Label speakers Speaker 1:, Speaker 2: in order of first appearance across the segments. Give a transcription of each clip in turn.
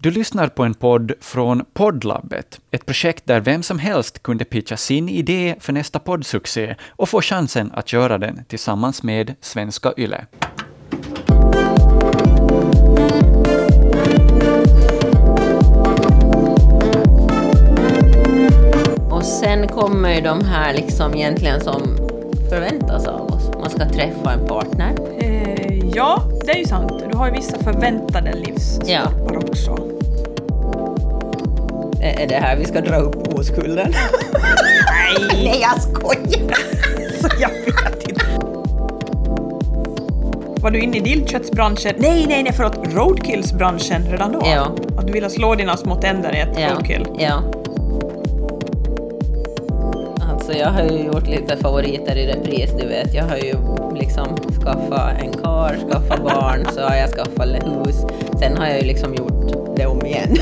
Speaker 1: Du lyssnar på en podd från Poddlabbet, ett projekt där vem som helst kunde pitcha sin idé för nästa poddsuccé och få chansen att göra den tillsammans med Svenska Yle.
Speaker 2: Och sen kommer ju de här liksom egentligen som förväntas av oss. Man ska träffa en partner.
Speaker 3: Eh, ja, det är ju sant. Du har ju vissa förväntade livsstoppar också.
Speaker 2: Är är det här vi ska dra upp oskulden? Nej! Nej, jag skojar!
Speaker 3: Så jag vet inte. Var du inne i dillköttsbranschen? Nej, nej, nej, förlåt. Roadkillsbranschen redan då?
Speaker 2: Ja.
Speaker 3: Att du ville slå dina små tänder i ett
Speaker 2: Ja.
Speaker 3: roadkill?
Speaker 2: ja. Alltså jag har ju gjort lite favoriter i repris, du vet. Jag har ju liksom skaffat en kar, skaffat barn, så har jag skaffat hus. Sen har jag ju liksom gjort det om igen.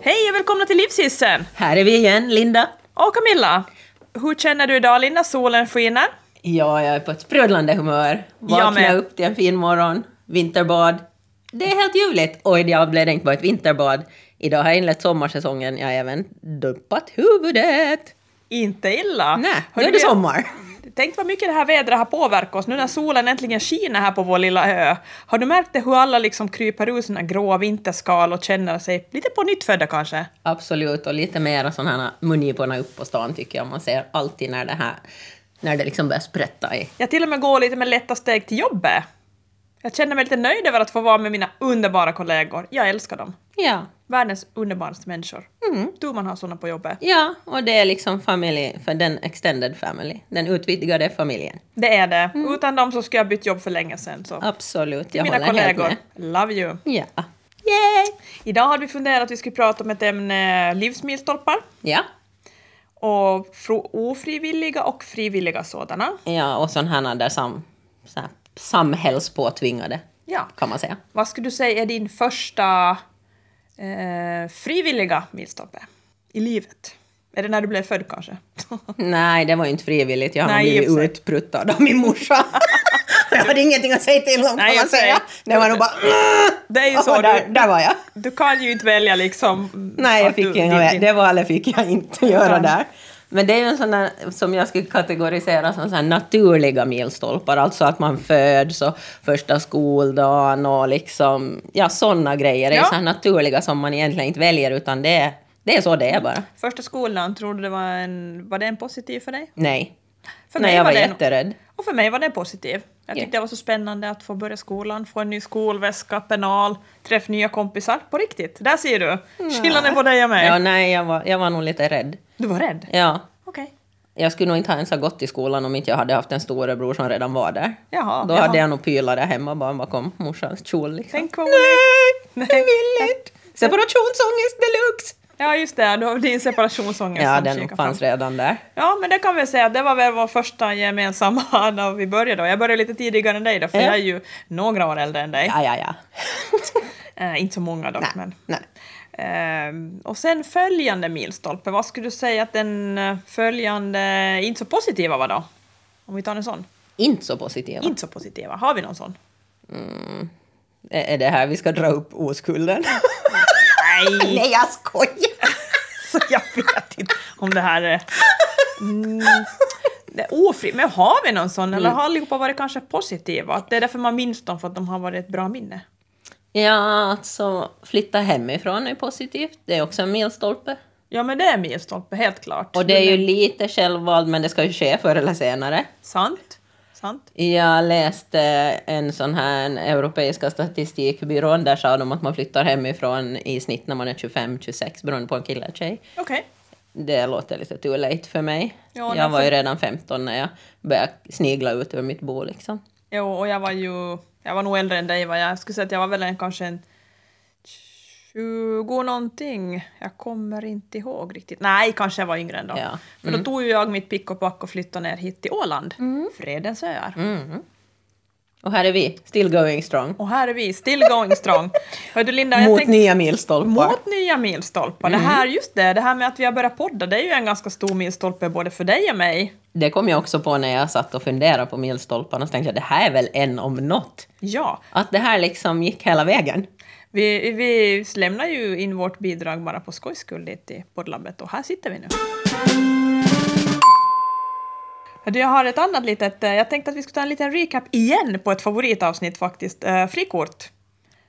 Speaker 3: Hej och välkomna till Livshissen!
Speaker 2: här är vi igen, Linda.
Speaker 3: Och Camilla, hur känner du idag Linda? Solen skiner?
Speaker 2: Ja, jag är på ett sprudlande humör.
Speaker 3: Jag
Speaker 2: Vakna
Speaker 3: med.
Speaker 2: upp till en fin morgon, vinterbad. Det är helt ljuvligt. Oj, jag blev det inte bara ett vinterbad. Idag har jag inlett sommarsäsongen. Jag har även dumpat huvudet.
Speaker 3: Inte illa.
Speaker 2: Nej,
Speaker 3: Hörde
Speaker 2: nu är det
Speaker 3: du-
Speaker 2: sommar.
Speaker 3: Tänk vad mycket det här vädret har påverkat oss nu när solen äntligen skiner här på vår lilla ö. Har du märkt det hur alla liksom kryper ur sina gråa vinterskal och känner sig lite på nytt födda kanske?
Speaker 2: Absolut, och lite mera sådana här mungiporna upp på stan tycker jag. Man ser alltid när det här, när det liksom börjar sprätta i.
Speaker 3: Jag till och med går lite med lätta steg till jobbet. Jag känner mig lite nöjd över att få vara med mina underbara kollegor. Jag älskar dem.
Speaker 2: Ja,
Speaker 3: Världens underbaraste människor.
Speaker 2: Mm.
Speaker 3: Tur man har såna på jobbet.
Speaker 2: ja, och det är liksom familj, för den extended family, den utvidgade familjen.
Speaker 3: Det är det. Utan dem så skulle jag bytt jobb för länge sedan. Så.
Speaker 2: Absolut, Mm. jag
Speaker 3: Mina
Speaker 2: håller helt
Speaker 3: kollegor,
Speaker 2: med.
Speaker 3: love you.
Speaker 2: Ja. Yay!
Speaker 3: Idag hade vi funderat att vi skulle prata om ett ämne, livsmilstolpar.
Speaker 2: Ja.
Speaker 3: och fro- ofrivilliga och frivilliga sådana.
Speaker 2: Ja, och sådana där sam, så här, samhällspåtvingade,
Speaker 3: Ja.
Speaker 2: kan man säga.
Speaker 3: Vad skulle du säga är din första eh, frivilliga milstolpe i livet? Är det när du blev född kanske?
Speaker 2: Nej, det var ju inte frivilligt. Jag har
Speaker 3: Nej, i och för sig.
Speaker 2: blivit utpruttad av min morsa. jag hade ingenting att säga till om, kan
Speaker 3: Nej, i och
Speaker 2: man
Speaker 3: för sig.
Speaker 2: säga. Det var nog bara...
Speaker 3: Det är ju så.
Speaker 2: Åh, där,
Speaker 3: du,
Speaker 2: där var jag.
Speaker 3: du kan ju inte välja liksom...
Speaker 2: Nej, jag
Speaker 3: att du-
Speaker 2: fick inga,
Speaker 3: din-
Speaker 2: med.
Speaker 3: din-
Speaker 2: det valet fick jag inte göra
Speaker 3: Ja.
Speaker 2: där. Men det är ju en sån där, som jag skulle kategorisera som så här naturliga milstolpar, alltså att man föds och första skoldagen och liksom, ja sådana grejer är
Speaker 3: Ja.
Speaker 2: ju så här naturliga som man egentligen inte väljer utan det är, det är så det är bara.
Speaker 3: Första skolan, tror du det var en... Var det en positiv för dig?
Speaker 2: Nej.
Speaker 3: För
Speaker 2: Nej,
Speaker 3: mig
Speaker 2: jag
Speaker 3: var
Speaker 2: var
Speaker 3: det en-
Speaker 2: jätterädd.
Speaker 3: Och för mig var det positiv. Jag tyckte
Speaker 2: Ja.
Speaker 3: det var så spännande att få börja skolan, få en ny skolväska, penal, träffa nya kompisar. På riktigt, där ser du! Skillnaden på dig och mig.
Speaker 2: Ja, nej, jag var, jag var nog lite rädd.
Speaker 3: Du var rädd?
Speaker 2: Ja.
Speaker 3: Okej.
Speaker 2: Jag skulle nog inte ha ens ha gått i skolan om inte jag hade haft en storebror som redan var där.
Speaker 3: Jaha,
Speaker 2: Då
Speaker 3: jaha.
Speaker 2: hade jag nog pylat där hemma bara bakom morsans kjol. Liksom.
Speaker 3: Tänk vad
Speaker 2: Nej,
Speaker 3: Nej.
Speaker 2: jag vill inte! Separationsångest deluxe!
Speaker 3: Ja, just det. Du har din separationsångest.
Speaker 2: Ja,
Speaker 3: som
Speaker 2: den
Speaker 3: kikar
Speaker 2: fanns
Speaker 3: fram.
Speaker 2: redan där.
Speaker 3: Ja, men det kan vi säga att det var väl vår första gemensamma när vi började. Då. Jag började lite tidigare än dig då, för
Speaker 2: Ja.
Speaker 3: jag är ju några år äldre än dig.
Speaker 2: Ja, ja, ja.
Speaker 3: Eh, inte så många dock,
Speaker 2: nej,
Speaker 3: men.
Speaker 2: nej.
Speaker 3: Ehm, och sen följande milstolpe, vad skulle du säga att den eh, följande inte så positiva var då? Om vi tar en sån.
Speaker 2: Inte så positiva.
Speaker 3: Inte så positiva, har vi någon sån?
Speaker 2: Är är det här vi ska dra upp oskulden?
Speaker 3: Nej!
Speaker 2: nej, jag skojar!
Speaker 3: Så jag vet inte om det här är... Mm, det är ofri. Men har vi någon sån?
Speaker 2: Mm.
Speaker 3: Eller har allihopa varit kanske positiva? Att det är därför man minns dem, för att de har varit ett bra minne?
Speaker 2: Ja, alltså flytta hemifrån är positivt. Det är också en milstolpe.
Speaker 3: Ja, men det är en milstolpe, helt klart.
Speaker 2: Och det är ju lite självvalt, men det ska ju ske förr eller senare.
Speaker 3: eh, Sant. Sant.
Speaker 2: Jag läste en sån här en europeiska statistikbyrån, där sa de att man flyttar hemifrån i snitt när man är 25-26, beroende på en kille eller tjej.
Speaker 3: Okej.
Speaker 2: Det låter lite too late för mig.
Speaker 3: Ja, därför-
Speaker 2: jag var ju redan 15 när jag började snigla ut ur mitt bo liksom.
Speaker 3: Jo, och jag var ju... Jag var nog äldre än dig, va? Jag skulle säga att jag var väl en, kanske en... 20 någonting. Jag kommer inte ihåg riktigt. Nej, kanske jag var yngre ändå.
Speaker 2: Ja. Mm.
Speaker 3: För
Speaker 2: Mm.
Speaker 3: då tog ju jag mitt pick och pack och flyttade ner hit till Åland. Fredens öar.
Speaker 2: Och här är vi, still going strong.
Speaker 3: Och här är vi, still going strong. Hör du Linda, jag
Speaker 2: Mot
Speaker 3: tänkte-
Speaker 2: nya milstolpar.
Speaker 3: Mot nya milstolpar. Det här, just det, det här med att vi har börjat podda, det är ju en ganska stor milstolpe både för dig och mig.
Speaker 2: Det kom jag också på när jag satt och funderade på milstolparna. Så tänkte jag, det här är väl en om något.
Speaker 3: Ja,
Speaker 2: Att det här liksom gick hela vägen.
Speaker 3: vi, vi lämnar ju in vårt bidrag bara på skojs skull dit i poddlabbet och här sitter vi nu. Du, Jag har ett annat litet, eh, jag tänkte att vi skulle ta en liten recap igen på ett favoritavsnitt faktiskt, eh, frikort.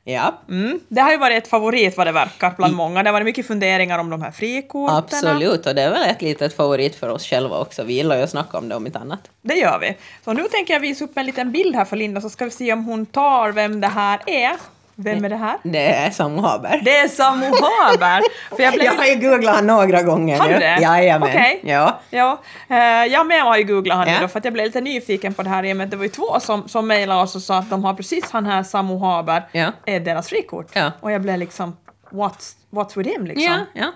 Speaker 2: Ja,
Speaker 3: Mm. Det har ju varit ett favorit vad det verkar bland många. Det har varit mycket funderingar om de här frikorten.
Speaker 2: absolut. Och det är väl ett litet favorit för oss själva också. Vi gillar ju att snacka om det om inte annat.
Speaker 3: Det gör vi. Så nu tänker jag visa upp en liten bild här för Linda så ska vi se om hon tar vem det här är. Vem är det här?
Speaker 2: Det är Samu Haber.
Speaker 3: Det är Samu Haber! För jag blev...
Speaker 2: Jag har ju googlat honom några gånger
Speaker 3: Har du
Speaker 2: nu.
Speaker 3: det?
Speaker 2: Jajamän.
Speaker 3: Okej.
Speaker 2: Ja.
Speaker 3: Ja, eh, jag med har ju googlat han nu
Speaker 2: Ja.
Speaker 3: då för att jag blev lite nyfiken på det här i och med att det var ju två som, som mejlade oss och sa att de har precis han här Samu Haber,
Speaker 2: Ja.
Speaker 3: är deras frikort.
Speaker 2: Ja.
Speaker 3: Och jag blev liksom, what's, what's with him liksom?
Speaker 2: Ja,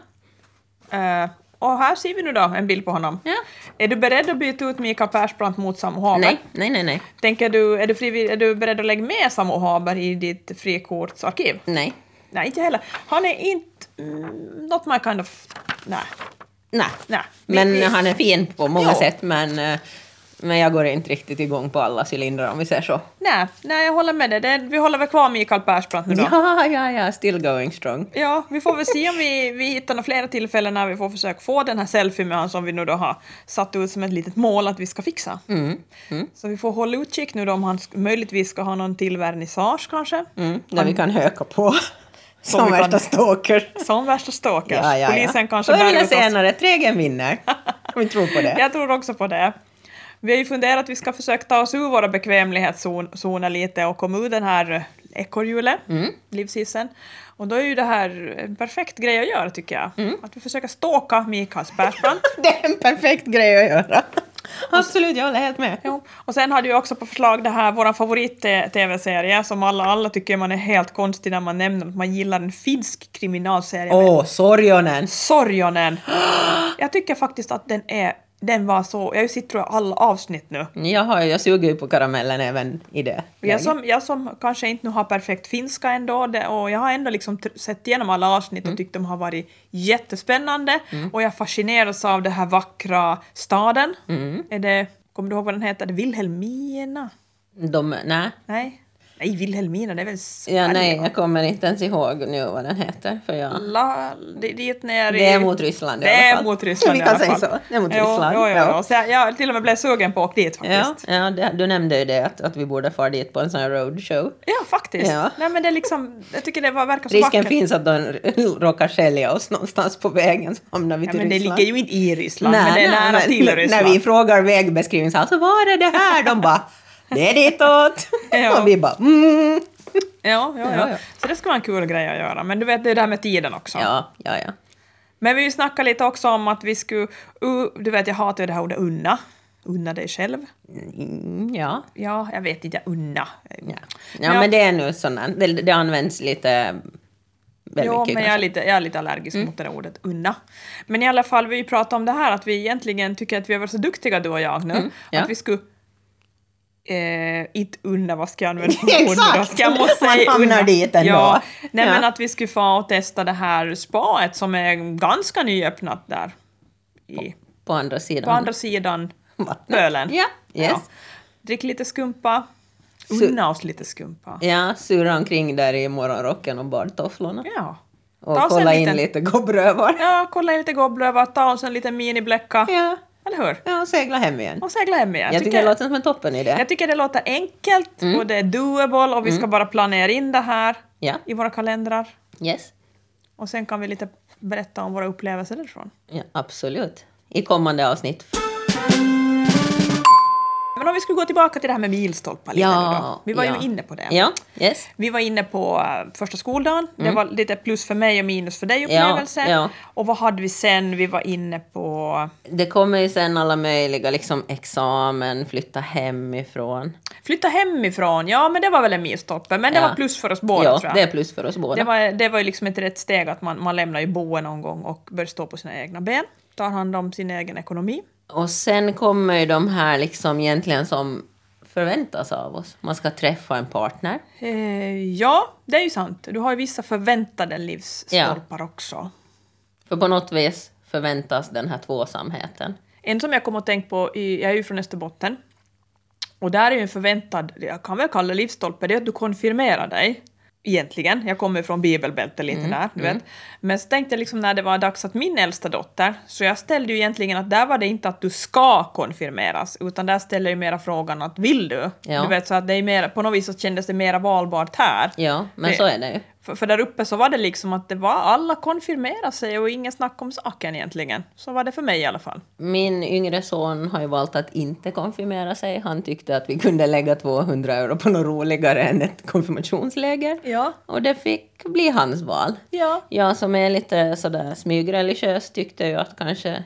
Speaker 2: ja.
Speaker 3: Eh, och här ser vi nu då en bild på honom.
Speaker 2: Ja.
Speaker 3: Är du beredd att byta ut Mika Persbrandt mot Samu Haber?
Speaker 2: Nej, nej, nej, nej.
Speaker 3: Tänker du, är du, frivill, är du beredd att lägga med Samu Haber i ditt frikortsarkiv?
Speaker 2: Nej.
Speaker 3: Nej, inte heller. Han är inte... Mm, not my kind of... Nej.
Speaker 2: Nej.
Speaker 3: Nej. Vi-
Speaker 2: Men
Speaker 3: vi-
Speaker 2: han är fin på många
Speaker 3: Ja.
Speaker 2: sätt. Men, eh, men jag går inte riktigt igång på alla cylindrar om vi säger så.
Speaker 3: Nej, nej, jag håller med dig. Det, vi håller väl kvar Mikael Persbrandt nu då. Ja.
Speaker 2: Ja, ja, ja. Still going strong.
Speaker 3: vi får väl se om vi, vi hittar några flera tillfällen när vi får försöka få den här selfien med honom som vi nu då har satt ut som ett litet mål att vi ska fixa. Så vi får hålla utkik nu då om han sk- möjligtvis ska ha någon till vernissage kanske.
Speaker 2: Mm, där vi kan höka på. Som
Speaker 3: vi kan-
Speaker 2: värsta stalker.
Speaker 3: Som värsta stalkers. Polisen kanske
Speaker 2: Förr
Speaker 3: bär
Speaker 2: eller
Speaker 3: ut oss.
Speaker 2: senare, trägen vinner. Om vi tror på det.
Speaker 3: Jag tror också på det. Vi har ju funderat att vi ska försöka ta oss ur våra bekvämlighetszoner lite och komma ur den här eh, ekorrhjulet,
Speaker 2: Mm.
Speaker 3: livshissen. Och då är ju det här en perfekt grej att göra tycker jag.
Speaker 2: Mm.
Speaker 3: Att vi försöker stalka Mikael Persbrandt.
Speaker 2: Det är en perfekt grej att göra. Absolut, jag håller helt med.
Speaker 3: Jo. Och sen hade jag också på förslag det här, vår favorit-tv-serie som alla, alla tycker man är helt konstig när man nämner att man gillar en finsk kriminalserie.
Speaker 2: Åh, Sorjonen.
Speaker 3: Sorjonen! Jag tycker faktiskt att den är, den var så, jag har ju sett tror jag alla avsnitt nu.
Speaker 2: Jag, har, jag suger ju på karamellen även i det
Speaker 3: Jag som, jag som kanske inte nu har perfekt finska ändå, det, och jag har ändå liksom tr- sett igenom alla avsnitt
Speaker 2: Mm.
Speaker 3: och tyckt de har varit jättespännande. Och jag fascineras av den här vackra staden.
Speaker 2: Mm.
Speaker 3: Är det, kommer du ihåg vad den heter? Är det Vilhelmina?
Speaker 2: De, nej.
Speaker 3: Nej? Nej, Vilhelmina, det är väl Sverige?
Speaker 2: Ja, nej, jag kommer inte ens ihåg nu vad den heter. För jag...
Speaker 3: La, det, dit ner i...
Speaker 2: Det är mot Ryssland i
Speaker 3: Det
Speaker 2: alla
Speaker 3: är
Speaker 2: fall.
Speaker 3: mot Ryssland
Speaker 2: Vi
Speaker 3: i
Speaker 2: kan
Speaker 3: alla
Speaker 2: säga
Speaker 3: fall.
Speaker 2: så. Det är mot
Speaker 3: Jo,
Speaker 2: Ryssland,
Speaker 3: Jo, jo,
Speaker 2: ja.
Speaker 3: jo. Så jag, jag till och med blev sugen på att åka dit faktiskt.
Speaker 2: Ja, ja det, du nämnde ju det, att, att vi borde fara dit på en sån här roadshow.
Speaker 3: Ja, faktiskt.
Speaker 2: Ja.
Speaker 3: Nej, men det är liksom, jag tycker det var, verkar så
Speaker 2: Risken
Speaker 3: vackert.
Speaker 2: finns att de råkar sälja oss någonstans på vägen så hamnar vi
Speaker 3: Ja,
Speaker 2: till
Speaker 3: men det
Speaker 2: Ryssland.
Speaker 3: ligger ju inte i Ryssland, men det är nära
Speaker 2: men
Speaker 3: till
Speaker 2: n-
Speaker 3: Ryssland.
Speaker 2: När vi frågar vägbeskrivning så alltså, var är det här? De bara, det är ditåt.
Speaker 3: Ja.
Speaker 2: Och vi bara, mm.
Speaker 3: Ja, ja, ja.
Speaker 2: Ja, ja.
Speaker 3: Så det ska vara en kul grej att göra. Men du vet, det är det här med tiden också.
Speaker 2: Ja, ja, ja.
Speaker 3: Men vi snackade lite också om att vi skulle... Uh, du vet, jag hatar ju det här ordet unna. Unna dig själv.
Speaker 2: Mm, ja.
Speaker 3: Ja, jag vet inte, jag unna.
Speaker 2: Ja.
Speaker 3: Men
Speaker 2: ja,
Speaker 3: jag-
Speaker 2: men det är nu sådana, det, det används lite, väldigt
Speaker 3: Jo,
Speaker 2: mycket
Speaker 3: men jag är,
Speaker 2: kanske. Mm.
Speaker 3: lite, jag är lite allergisk mot det där ordet unna. Men i alla fall, vi pratade om det här att vi egentligen tycker att vi har varit så duktiga du och jag nu.
Speaker 2: Mm, ja.
Speaker 3: Att vi skulle... Eh, inte unna, vad ska jag använda för ord nu då?
Speaker 2: Exakt!
Speaker 3: Ska jag måste
Speaker 2: Man
Speaker 3: säga
Speaker 2: hamnar
Speaker 3: unna?
Speaker 2: dit ändå.
Speaker 3: Ja. Nej,
Speaker 2: Ja.
Speaker 3: men att vi skulle få och testa det här spaet som är ganska nyöppnat där. I,
Speaker 2: På andra sidan.
Speaker 3: på andra sidan
Speaker 2: vattnet.
Speaker 3: pölen.
Speaker 2: Ja, yes.
Speaker 3: Drick lite skumpa.
Speaker 2: Så-
Speaker 3: Unna oss lite skumpa.
Speaker 2: Ja, surra omkring där i morgonrocken och badtofflorna.
Speaker 3: Ja.
Speaker 2: Och
Speaker 3: Ta oss en
Speaker 2: kolla in
Speaker 3: liten-
Speaker 2: lite gobbrövar.
Speaker 3: Ja, kolla in lite gobblöva, ta oss en liten minibläcka.
Speaker 2: Ja.
Speaker 3: Eller hur?
Speaker 2: ja, och segla hem igen.
Speaker 3: Och segla hem igen.
Speaker 2: Jag tycker det låter som en toppen
Speaker 3: jag
Speaker 2: idé.
Speaker 3: tycker det låter enkelt och det är doable och vi ska bara planera in det här
Speaker 2: Mm. Ja,
Speaker 3: i våra kalendrar.
Speaker 2: yes.
Speaker 3: Och sen kan vi lite berätta om våra upplevelser därifrån.
Speaker 2: Ja, absolut. I kommande avsnitt.
Speaker 3: Men om vi skulle gå tillbaka till det här med milstolpar lite nu då. Vi var
Speaker 2: ja.
Speaker 3: ju inne på det.
Speaker 2: Ja, yes.
Speaker 3: Vi var inne på eh, första skoldagen. Det var lite plus för mig och minus för dig
Speaker 2: Ja,
Speaker 3: upplevelse.
Speaker 2: ja.
Speaker 3: Och vad hade vi sen? Vi var inne på
Speaker 2: Det kommer ju sen alla möjliga, liksom examen, flytta hemifrån.
Speaker 3: flytta hemifrån. Ja, men det var väl en milstolpe. Men det
Speaker 2: Ja.
Speaker 3: var plus för oss båda
Speaker 2: ja,
Speaker 3: tror jag.
Speaker 2: det är plus för oss båda.
Speaker 3: Det var, det var ju liksom ett rätt steg att man, man lämnar ju boen någon gång och börjar stå på sina egna ben, tar hand om sin egen ekonomi.
Speaker 2: Och sen kommer ju de här liksom egentligen som, för förväntas av oss. Man ska träffa en partner.
Speaker 3: Eh, ja, det är ju sant. Du har ju vissa förväntade livsstolpar också.
Speaker 2: För på något vis förväntas den här tvåsamheten.
Speaker 3: En som jag kom att tänka på, i, jag är ju från Österbotten, och där är ju en förväntad, jag kan väl kalla det livstolpe, det är att du konfirmerar dig. Egentligen, jag kommer från bibelbältet lite
Speaker 2: Mm,
Speaker 3: där, du vet. Men så tänkte jag liksom när det var dags att min äldsta dotter, så jag ställde ju egentligen att där var det inte att du ska konfirmeras, utan där ställer jag ju mera frågan att vill du?
Speaker 2: Ja.
Speaker 3: Du vet, så att det är mera, på något vis så kändes det mera valbart här.
Speaker 2: Ja, men
Speaker 3: Det-
Speaker 2: så är det ju.
Speaker 3: För, för där uppe så var det liksom att det var alla konfirmerar sig och ingen snack om saken egentligen. Så var det för mig i alla fall.
Speaker 2: Min yngre son har ju valt att inte konfirmera sig. Han tyckte att vi kunde lägga 200 euro på något roligare än ett konfirmationsläger.
Speaker 3: Ja.
Speaker 2: Och det fick bli hans val.
Speaker 3: Ja.
Speaker 2: Jag som är lite sådär smygreligiös tyckte ju att kanske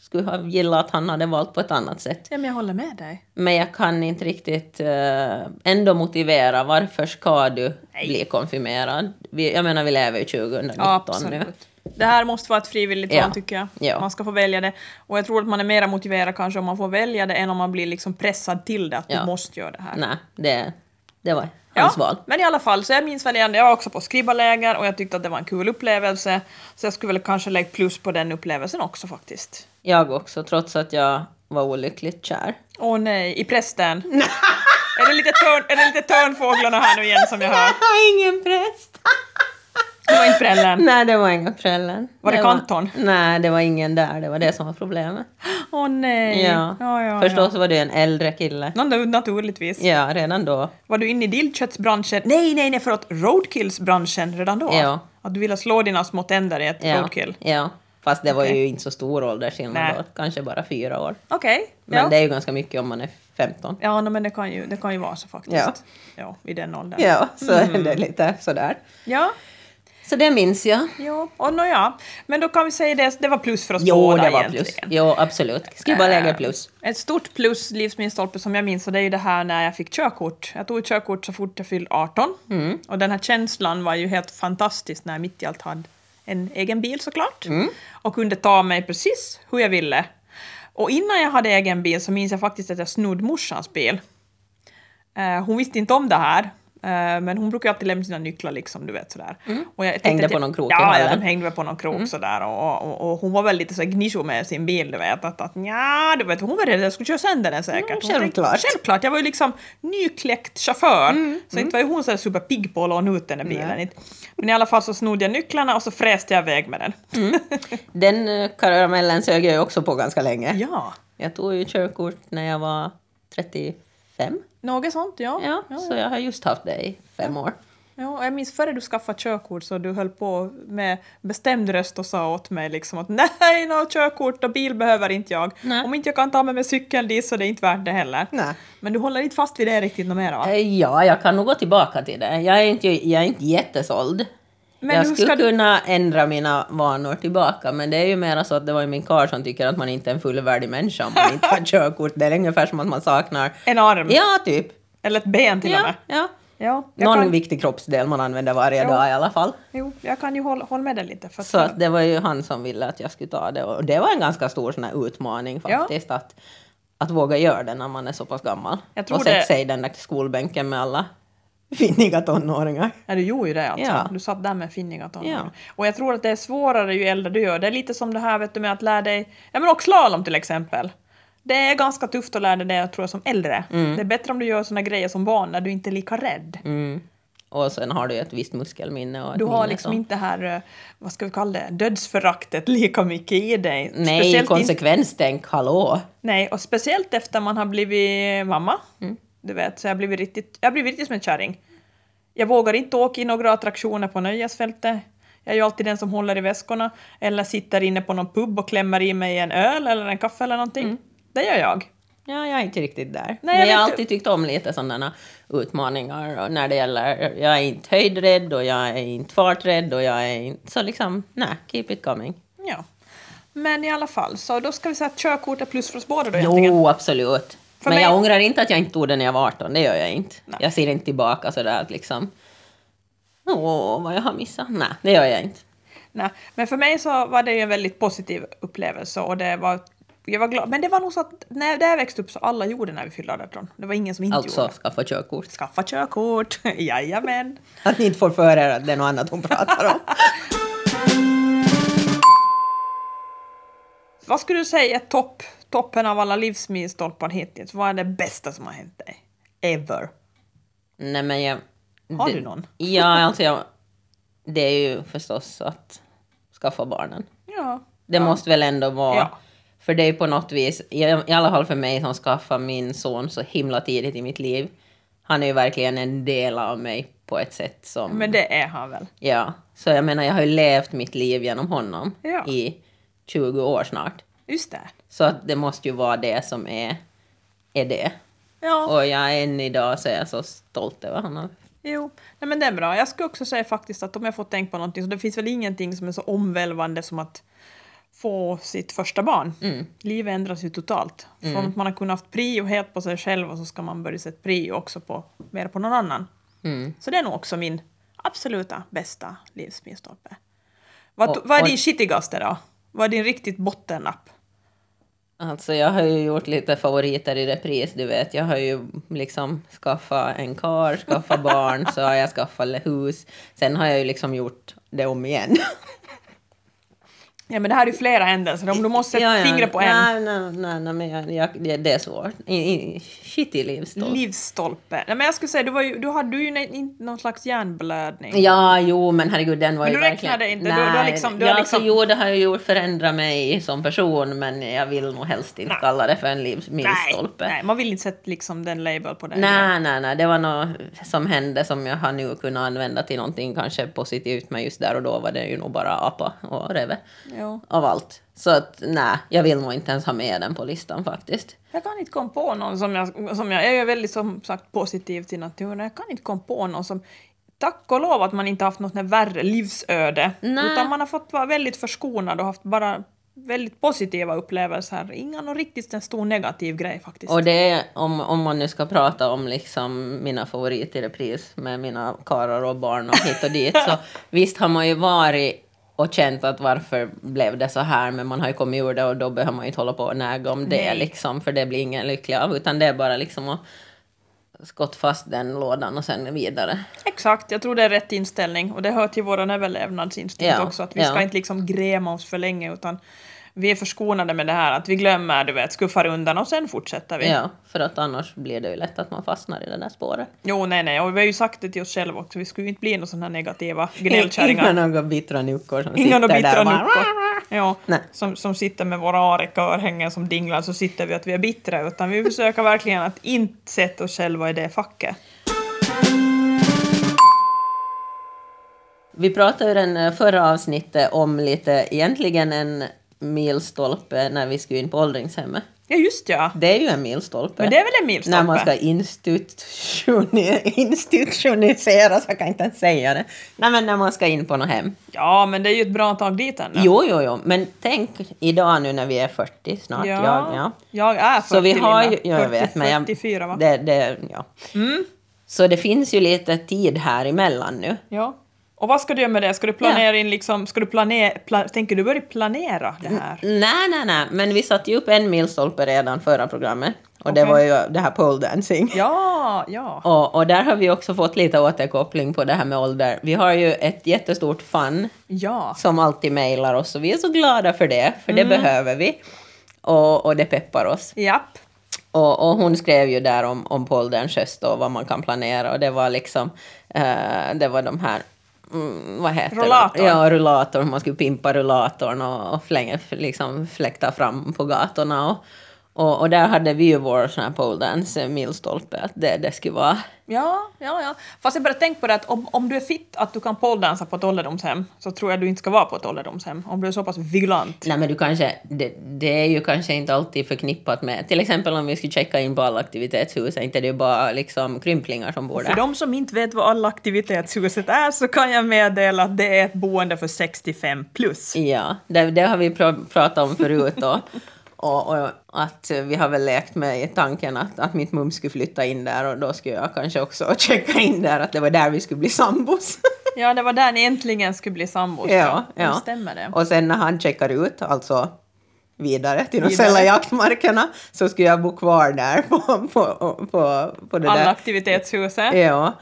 Speaker 2: skulle ha gillat att han hade valt på ett annat sätt.
Speaker 3: Ja, men jag håller med dig.
Speaker 2: Men jag kan inte riktigt eh, ändå motivera varför ska du bli konfirmerad? Vi, jag menar, vi lever ju 2019 nu.
Speaker 3: Absolut. Det här måste vara ett frivilligt
Speaker 2: Ja.
Speaker 3: val tycker jag.
Speaker 2: Ja.
Speaker 3: Man ska få välja det. Och jag tror att man är mer motiverad kanske om man får välja det än om man blir liksom pressad till det, att
Speaker 2: Ja.
Speaker 3: du måste göra det här.
Speaker 2: Nej, det, det var
Speaker 3: Ja,
Speaker 2: hans val.
Speaker 3: men i alla fall, så jag minns väl igen, jag var också på skribbaläger och jag tyckte att det var en kul upplevelse. Så jag skulle väl kanske lägga plus på den upplevelsen också faktiskt.
Speaker 2: Jag också, trots att jag var olyckligt kär.
Speaker 3: Åh nej, i prästen. är, det lite törn, är det lite törnfåglarna här nu igen som jag hör?
Speaker 2: ingen präst!
Speaker 3: Det var inte prällen.
Speaker 2: Nej, det var inga prällen.
Speaker 3: Var det kantorn?
Speaker 2: Nej, det var ingen där. Det var det som var problemet.
Speaker 3: Åh nej.
Speaker 2: Ja.
Speaker 3: Ja, ja,
Speaker 2: Förstås var det en äldre kille.
Speaker 3: Ja. Nå- Naturligtvis.
Speaker 2: Ja, redan då.
Speaker 3: Var du inne i dillköttsbranschen? Nej, nej, nej, förlåt, roadkillsbranschen redan då?
Speaker 2: Ja.
Speaker 3: Att du ville slå dina små tänder i ett
Speaker 2: Ja,
Speaker 3: roadkill?
Speaker 2: ja. Fast det var
Speaker 3: Okej.
Speaker 2: ju inte så stor ålderskillnad
Speaker 3: Nej.
Speaker 2: då. Kanske bara fyra år.
Speaker 3: Okej.
Speaker 2: Men
Speaker 3: ja,
Speaker 2: det är ju ganska mycket om man är 15.
Speaker 3: ja no, men det, kan ju, det kan ju vara så faktiskt.
Speaker 2: Ja.
Speaker 3: ja I den åldern.
Speaker 2: Ja, så
Speaker 3: Mm.
Speaker 2: det är lite sådär.
Speaker 3: Ja,
Speaker 2: Så det minns jag.
Speaker 3: ja. Och nåja. Men då kan vi säga det, det var plus för oss
Speaker 2: Jo,
Speaker 3: båda
Speaker 2: det var
Speaker 3: egentligen. Äh.
Speaker 2: plus. Jo, absolut. Ska bara lägga plus.
Speaker 3: Ett stort plus, livsminstolpe, som jag minns, och det är ju det här när jag fick körkort. Jag tog körkort så fort jag fyllde 18.
Speaker 2: Mm.
Speaker 3: Och den här känslan var ju helt fantastisk när jag mitt i allt hade en egen bil såklart.
Speaker 2: Mm.
Speaker 3: Och kunde ta mig precis hur jag ville. Och innan jag hade egen bil så minns jag faktiskt att jag snodde morsans bil. Eh, hon visste inte om det här. eh, Men hon brukar ju alltid lämna sina nycklar liksom, du vet sådär. Och jag tänkte
Speaker 2: Mm. Hängde
Speaker 3: att jag-
Speaker 2: på någon krok i
Speaker 3: Ja, ja,
Speaker 2: hallen.
Speaker 3: de hängde väl på någon
Speaker 2: Mm.
Speaker 3: krok sådär. Och, och, och hon var väl lite så här gnisho med sin bil, du vet. Att, att nja, du vet, hon var rädd att jag skulle köra sönder den säkert.
Speaker 2: Mm,
Speaker 3: Hon tänkte-
Speaker 2: självklart. Mm,
Speaker 3: självklart, jag var ju liksom nykläckt chaufför. Så inte var ju hon så här superpigg på att låna ut den där bilen. inte. Men i alla fall så snodde jag nycklarna och så fräste jag iväg med den.
Speaker 2: Mm. Den eh, karamellen sög jag ju också på ganska länge.
Speaker 3: Ja,
Speaker 2: Jag tog ju körkort när jag var 35.
Speaker 3: något sånt ja.
Speaker 2: Ja, så jag har just haft det i fem år.
Speaker 3: Ja, och jag minns före du skaffade körkort så du höll på med bestämd röst och sa åt mig liksom att nej, något körkort och bil behöver inte jag.
Speaker 2: Nej.
Speaker 3: Om inte jag kan ta med mig cykeln dit så är det inte värt det heller.
Speaker 2: Nej.
Speaker 3: Men du håller inte fast vid det riktigt något mer va?
Speaker 2: Eh, Ja, jag kan nog gå tillbaka till det. Jag är inte, jag är inte jättesåld.
Speaker 3: Men
Speaker 2: jag
Speaker 3: hur
Speaker 2: skulle
Speaker 3: ska du-
Speaker 2: kunna ändra mina vanor tillbaka, men det är ju mera så att det var ju min karl som tycker att man inte är en fullvärdig människa om man inte har körkort. Det är ungefär som att man saknar...
Speaker 3: En arm,
Speaker 2: Ja, typ.
Speaker 3: eller ett ben till och
Speaker 2: Ja,
Speaker 3: med.
Speaker 2: ja.
Speaker 3: Ja, jag
Speaker 2: Någon
Speaker 3: kan,
Speaker 2: viktig kroppsdel man använder varje
Speaker 3: Jo.
Speaker 2: dag i alla fall.
Speaker 3: jo, jag kan ju hålla, hålla med dig lite. För att,
Speaker 2: Så att det var ju han som ville att jag skulle ta det och det var en ganska stor sån här utmaning
Speaker 3: Ja.
Speaker 2: faktiskt att, att våga göra det när man är så pass gammal.
Speaker 3: Jag tror
Speaker 2: och sätta
Speaker 3: det-
Speaker 2: sig i den där skolbänken med alla finniga tonåringar.
Speaker 3: Ja, du gjorde ju det alltså.
Speaker 2: Ja.
Speaker 3: Du satt där med finniga tonåringar.
Speaker 2: Ja.
Speaker 3: Och jag tror att det är svårare ju äldre du gör. Det är lite som det här vet du, med att lära dig, ja men också slalom till exempel. Det är ganska tufft att lära dig det jag tror jag, som äldre. Det är bättre om du gör såna grejer som barn när du inte är lika rädd.
Speaker 2: Mm. Och sen har du ju ett visst muskelminne. Och ett
Speaker 3: Du har
Speaker 2: minne
Speaker 3: liksom
Speaker 2: som-
Speaker 3: inte det här, eh, vad ska vi kalla det, dödsföraktet lika mycket i dig.
Speaker 2: Nej,
Speaker 3: Speciellt in-
Speaker 2: konsekvenstänk, hallå!
Speaker 3: Nej, och speciellt efter man har blivit mamma.
Speaker 2: Mm.
Speaker 3: Du vet, så jag har blivit riktigt, jag har blivit riktigt som en kärring. Jag vågar inte åka i några attraktioner på nöjesfältet. Jag är ju alltid den som håller i väskorna. Eller sitter inne på någon pub och klämmer i mig en öl eller en kaffe eller någonting.
Speaker 2: Mm.
Speaker 3: Det gör jag.
Speaker 2: Ja, jag är inte riktigt där.
Speaker 3: jag
Speaker 2: Men jag har
Speaker 3: vet ju-
Speaker 2: alltid tyckt om lite sådana utmaningar. Och när det gäller, jag är inte höjdrädd och jag är inte farträdd och jag är inte... Så liksom, nej, keep it coming.
Speaker 3: Ja. Men i alla fall, så då ska vi säga att körkort är plus för oss båda då egentligen.
Speaker 2: Jo, absolut.
Speaker 3: För
Speaker 2: men
Speaker 3: mig-
Speaker 2: jag ångrar inte att jag inte tog det när jag var 18, det gör jag inte.
Speaker 3: Nej.
Speaker 2: Jag ser inte tillbaka sådär att liksom... Åh, vad jag har missat. Nej, det gör jag inte.
Speaker 3: Nej, men för mig så var det ju en väldigt positiv upplevelse och det var Jag var glad. Men det var nog så att när där jag växte upp så alla gjorde när vi fyllde 18. Det var ingen som inte
Speaker 2: Alltså,
Speaker 3: gjorde.
Speaker 2: skaffa körkort.
Speaker 3: Skaffa körkort! Jajamän!
Speaker 2: Att ni inte får för er att det är något annat hon pratar om.
Speaker 3: Vad skulle du säga är topp, toppen av alla livsmilstolpar hittills? Vad är det bästa som har hänt dig? Ever?
Speaker 2: Nej men jag...
Speaker 3: Har
Speaker 2: det-
Speaker 3: du någon?
Speaker 2: Ja, alltså jag... Det är ju förstås att skaffa barnen.
Speaker 3: Ja.
Speaker 2: Det måste väl ändå vara...
Speaker 3: Ja.
Speaker 2: För det är ju på något vis, i i alla fall för mig som skaffade min son så himla tidigt i mitt liv. Han är ju verkligen en del av mig på ett sätt som...
Speaker 3: Men det är han väl?
Speaker 2: Ja. Så jag menar, jag har ju levt mitt liv genom honom
Speaker 3: Ja.
Speaker 2: i 20 år snart.
Speaker 3: Just det.
Speaker 2: Så att det måste ju vara det som är, är det.
Speaker 3: Ja.
Speaker 2: Och jag än idag så är jag så stolt över honom.
Speaker 3: Jo, nej men det är bra. Jag skulle också säga faktiskt att om jag får tänka på någonting så det finns väl ingenting som är så omvälvande som att få sitt första barn.
Speaker 2: Mm.
Speaker 3: Livet ändras ju totalt. Från att man har kunnat haft prio helt på sig själv och så ska man börja sätta prio också på, mer på någon annan.
Speaker 2: Mm.
Speaker 3: Så det är nog också min absoluta bästa livsmilstolpe. Vad,
Speaker 2: Och-
Speaker 3: vad är
Speaker 2: och-
Speaker 3: din shittigaste då? Vad är din riktigt bottennapp?
Speaker 2: Alltså jag har ju gjort lite favoriter i repris, du vet. Jag har ju liksom skaffat en kar, skaffat barn, så har jag skaffat hus. Sen har jag ju liksom gjort det om igen.
Speaker 3: Ja men det här är ju flera händelser, om du måste sätta
Speaker 2: Ja, ja.
Speaker 3: fingret på en.
Speaker 2: Nej, nej, nej, nej men jag, jag, det, det är svårt. I, i, shit i livsstolt.
Speaker 3: Livsstolpe. Nej men jag skulle säga, du, var ju, du hade ju ne- inte någon slags hjärnblödning.
Speaker 2: Ja, jo, men herregud, den var
Speaker 3: Men
Speaker 2: ju
Speaker 3: du räknar det inte, du- du har liksom- du har
Speaker 2: ja, alltså,
Speaker 3: liksom-
Speaker 2: jo, det har jag gjort förändra mig som person, men jag vill nog helst inte
Speaker 3: Nej.
Speaker 2: kalla det för en liv, milstolpe.
Speaker 3: Nej, man vill inte sätta liksom den label på den.
Speaker 2: Nej, nej, nej, det var något som hände som jag har nu kunnat använda till någonting kanske positivt, men just där och då var det ju nog bara apa och reve
Speaker 3: Jo.
Speaker 2: av allt. Så att nej, jag vill nog inte ens ha med den på listan faktiskt.
Speaker 3: Jag kan inte komma på någon som jag, som jag, jag är väldigt som sagt positiv till naturen, jag kan inte komma på någon som Tack och lov att man inte haft något värre livsöde.
Speaker 2: Nej.
Speaker 3: Utan man har fått vara väldigt förskonad och haft bara väldigt positiva upplevelser. Inga någon riktigt en stor negativ grej faktiskt.
Speaker 2: Och det är, om, om man nu ska prata om liksom mina favoriter i repris med mina karlar och barn och hit och dit, så visst har man ju varit och känt att varför blev det så här, men man har ju kommit ur det och då behöver man ju inte hålla på och näga om det,
Speaker 3: Nej.
Speaker 2: liksom, för det blir ingen lycklig av, utan det är bara liksom att skott fast den lådan och sen vidare.
Speaker 3: Exakt, jag tror det är rätt inställning och det hör till vår överlevnadsinstinkt
Speaker 2: Ja,
Speaker 3: också att vi
Speaker 2: ja.
Speaker 3: ska inte liksom gräma oss för länge utan vi är förskonade med det här att vi glömmer, du vet, skuffar undan och sen fortsätter vi.
Speaker 2: Ja, för att annars blir det ju lätt att man fastnar i det där spåret.
Speaker 3: Jo, nej, nej, och vi har ju sagt det till oss själva också, vi skulle ju inte bli några sådana här negativa
Speaker 2: Inga
Speaker 3: gnällkärringar.
Speaker 2: några bittra nuckor som
Speaker 3: Inga
Speaker 2: sitter
Speaker 3: några bittra
Speaker 2: där och bara,
Speaker 3: nuckor. Ja,
Speaker 2: Nej.
Speaker 3: som, som sitter med våra arika-örhängen som dinglar så sitter vi att vi är bittra utan vi försöker verkligen att inte sätta oss själva i det facket.
Speaker 2: Vi pratade i den eh, förra avsnittet om lite, egentligen en milstolpe när vi skulle in på åldringshemmet.
Speaker 3: Ja, just ja.
Speaker 2: Det är ju en milstolpe.
Speaker 3: Men det är väl en milstolpe?
Speaker 2: Mm. När man ska institutioni- institutioniseras, jag kan inte ens säga det. Nej men när man ska in på något hem.
Speaker 3: Ja, men det är ju ett bra tag dit ännu.
Speaker 2: Jo, jo, jo, men tänk idag nu när vi är 40 snart.
Speaker 3: Ja,
Speaker 2: Jag, ja.
Speaker 3: jag är 40
Speaker 2: Så vi har ju,
Speaker 3: Linda.
Speaker 2: ja, jag vet, men jag,
Speaker 3: 44 va?
Speaker 2: det, det, ja.
Speaker 3: Mm.
Speaker 2: Så det finns ju lite tid här emellan nu.
Speaker 3: Ja. Och vad ska du göra med det? Ska du planera in liksom, ska du planera, pla, tänker du börja planera det här?
Speaker 2: Nej, nej, nej, men vi satte ju upp en milstolpe redan förra programmet. Och det
Speaker 3: Okej.
Speaker 2: var ju det här pole dancing.
Speaker 3: Ja, ja.
Speaker 2: Och, och där har vi också fått lite återkoppling på det här med ålder. Vi har ju ett jättestort fan
Speaker 3: Ja.
Speaker 2: som alltid mejlar oss och vi är så glada för det, för det behöver vi. Och, och det peppar oss.
Speaker 3: Japp.
Speaker 2: Och, och hon skrev ju där om, om polderns höst och vad man kan planera och det var liksom, eh, det var de här Mm, vad heter
Speaker 3: Rullator.
Speaker 2: det? Ja, rullator. Man skulle pimpa rullatorn och, och flänga, liksom fläkta fram på gatorna. Och, och, och där hade vi ju vår sån här pole dance eh, milstolpe, att det, det skulle vara...
Speaker 3: Ja, ja, ja. Fast jag började tänka på det att om, om du är fit att du kan poledansa på ett ålderdomshem så tror jag du inte ska vara på ett ålderdomshem. Om du är så pass vigilant.
Speaker 2: Nej men du kanske, det, det är ju kanske inte alltid förknippat med, till exempel om vi skulle checka in på alla aktivitetshus, är inte det ju bara liksom krymplingar som bor
Speaker 3: För
Speaker 2: där?
Speaker 3: de som inte vet vad alla aktivitetshuset är så kan jag meddela att det är ett boende för 65 plus.
Speaker 2: Ja, det, det har vi pr- pratat om förut och, och, och att vi har väl lekt med tanken att, att mitt mum skulle flytta in där och då skulle jag kanske också checka in där att det var där vi skulle bli sambos.
Speaker 3: Ja, det var där ni äntligen skulle bli sambos.
Speaker 2: ja,
Speaker 3: Det
Speaker 2: ja.
Speaker 3: stämmer det.
Speaker 2: Och sen när han checkar ut, alltså vidare till de
Speaker 3: Vidare.
Speaker 2: sälla jaktmarkerna så skulle jag bo kvar där på, på, på, på det
Speaker 3: Alla
Speaker 2: där.
Speaker 3: aktivitetshuset,
Speaker 2: Ja.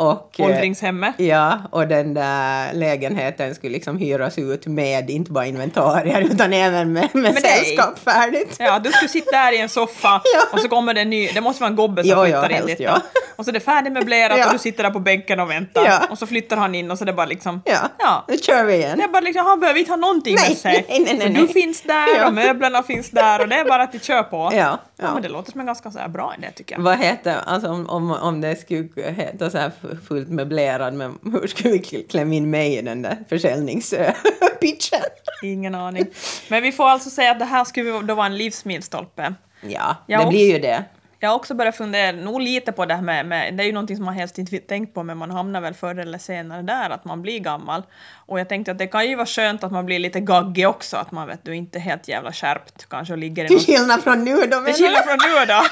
Speaker 2: Och, eh,
Speaker 3: åldringshemmet.
Speaker 2: Ja, och den där lägenheten skulle liksom hyras ut med inte bara inventarier utan även med, med,
Speaker 3: Med dig.
Speaker 2: sällskap färdigt.
Speaker 3: Ja, du skulle sitta där i en soffa
Speaker 2: Ja.
Speaker 3: och så kommer det en ny, det måste vara en gobbe som
Speaker 2: Ja, ja,
Speaker 3: flyttar in
Speaker 2: helst,
Speaker 3: dit.
Speaker 2: ja.
Speaker 3: Och så är det färdigmöblerat
Speaker 2: Ja.
Speaker 3: och du sitter där på bänken och väntar.
Speaker 2: Ja.
Speaker 3: Och så flyttar han in och så är det bara liksom...
Speaker 2: Ja,
Speaker 3: Ja.
Speaker 2: nu kör vi igen.
Speaker 3: Det är bara liksom, han behöver inte ha någonting
Speaker 2: Nej,
Speaker 3: med sig.
Speaker 2: nej, nej, nej,
Speaker 3: För
Speaker 2: nej.
Speaker 3: du finns där
Speaker 2: Ja.
Speaker 3: och möblerna finns där och det är bara att du kör på.
Speaker 2: Ja,
Speaker 3: Ja,
Speaker 2: ja.
Speaker 3: men det låter som en ganska så här bra idé tycker jag.
Speaker 2: Vad heter, alltså om, om, om det skulle heta så här f- fullt möblerad, men hur skulle vi kl- klämma in mig i den där försäljningspitchen?
Speaker 3: Ingen aning. Men vi får alltså säga att det här skulle då vara en livsmilstolpe.
Speaker 2: ja,
Speaker 3: Ja,
Speaker 2: det
Speaker 3: och-
Speaker 2: blir ju det.
Speaker 3: Jag har också börjat fundera nog lite på det här med, med det är ju någonting som man helst inte tänkt på, men man hamnar väl förr eller senare där, att man blir gammal. Och jag tänkte att det kan ju vara skönt att man blir lite gaggig också, att man vet du inte är helt jävla skärpt kanske och ligger i
Speaker 2: Till
Speaker 3: någon...
Speaker 2: skillnad från nu då
Speaker 3: Det
Speaker 2: menar
Speaker 3: skiljer
Speaker 2: jag.
Speaker 3: från nu då!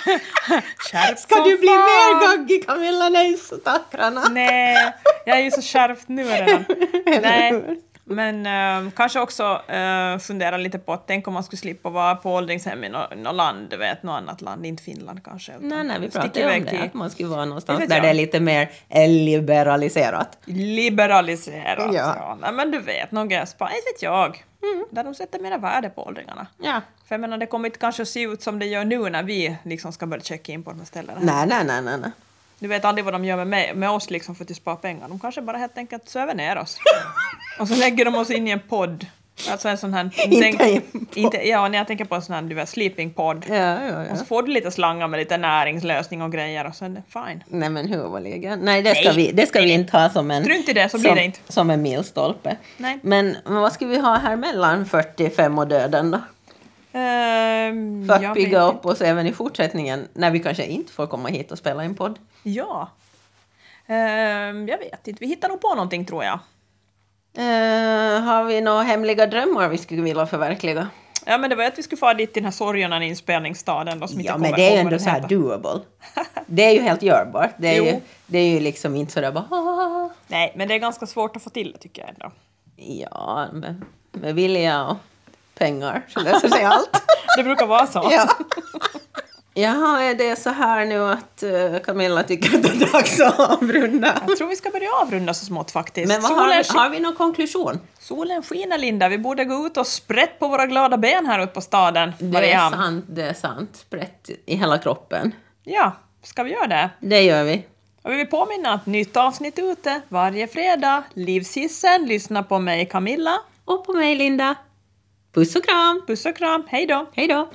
Speaker 3: Skärpt
Speaker 2: Ska
Speaker 3: som
Speaker 2: du bli
Speaker 3: fan.
Speaker 2: mer gaggig Camilla? Nej, stackarna.
Speaker 3: Nej, jag är ju så skärpt nu redan.
Speaker 2: Eller
Speaker 3: Nej.
Speaker 2: hur?
Speaker 3: Men eh, kanske också eh, fundera lite på att tänk om man skulle slippa vara på åldringshem i något nå land, du vet, något annat land, inte Finland kanske. utan
Speaker 2: Nej, nej, vi
Speaker 3: stick
Speaker 2: pratade ju om
Speaker 3: iväg
Speaker 2: det,
Speaker 3: till-
Speaker 2: att man skulle vara någonstans
Speaker 3: Det vet
Speaker 2: där
Speaker 3: jag.
Speaker 2: det är lite mer liberaliserat. Ja.
Speaker 3: Liberaliserat. Ja. alltså. Nej, men du vet, någon gräspa, inte vet jag. Mm. Där de sätter mera värde på åldringarna.
Speaker 2: Ja.
Speaker 3: För jag menar, det kommer inte kanske att se ut som det gör nu när vi liksom ska börja checka in på de här ställena.
Speaker 2: Nej, nej, nej, nej, nej.
Speaker 3: Du vet aldrig vad de gör med, mig, med oss liksom för att de sparar pengar. De kanske bara helt enkelt söver ner oss. Och så lägger de oss in i en podd. Alltså en sån här...
Speaker 2: Inte i en podd.
Speaker 3: inte, ja, när jag tänker på en sån här du vet, sleeping podd.
Speaker 2: Ja, ja, ja.
Speaker 3: Och så får du lite slangar med lite näringslösning och grejer och sen fine.
Speaker 2: Nej men huvudligen. Nej det ska,
Speaker 3: Nej.
Speaker 2: Vi, det ska vi inte ha som en...
Speaker 3: Strunt i det, så blir
Speaker 2: som,
Speaker 3: det inte.
Speaker 2: Som en milstolpe.
Speaker 3: Nej.
Speaker 2: Men, men vad ska vi ha här mellan 45 och döden då?
Speaker 3: Ehm,
Speaker 2: För att
Speaker 3: jag
Speaker 2: bygga
Speaker 3: vet
Speaker 2: upp oss även i fortsättningen när vi kanske inte får komma hit och spela in podd.
Speaker 3: Ja. Ehm, jag vet inte, vi hittar nog på någonting tror jag. Mm.
Speaker 2: Eh, har vi några hemliga drömmar vi skulle vilja förverkliga?
Speaker 3: Ja men det var ju att vi skulle fara dit till den här Sorgonan inspelningsstaden då som inte
Speaker 2: Ja
Speaker 3: kommer
Speaker 2: men det är ju
Speaker 3: ihåg vad
Speaker 2: ändå
Speaker 3: den
Speaker 2: så här
Speaker 3: heter.
Speaker 2: doable. Det är ju helt görbart. Det är,
Speaker 3: Jo.
Speaker 2: ju, det är ju liksom inte sådär bara... "Ah."
Speaker 3: Nej men det är ganska svårt att få till det tycker jag ändå.
Speaker 2: Ja, med, med vilja och pengar så löser sig allt.
Speaker 3: Det brukar vara så.
Speaker 2: Ja. Jaha, är det så här nu att eh, Camilla tycker att det är dags att avrunda?
Speaker 3: Jag tror vi ska börja avrunda så smått faktiskt.
Speaker 2: Men vad har,
Speaker 3: solen,
Speaker 2: vi,
Speaker 3: sk-
Speaker 2: har vi någon konklusion?
Speaker 3: solen skiner Linda, vi borde gå ut och sprätt på våra glada ben här ute på staden.
Speaker 2: Det är
Speaker 3: Maria.
Speaker 2: sant, det är sant. Sprätt i hela kroppen.
Speaker 3: Ja, ska vi göra det?
Speaker 2: Det gör vi.
Speaker 3: Och vi vill påminna att nytt avsnitt ute varje fredag. Livshissen, lyssna på mig Camilla.
Speaker 2: Och på mig, Linda. Puss och kram!
Speaker 3: Puss och kram, hej då!
Speaker 2: Hej då!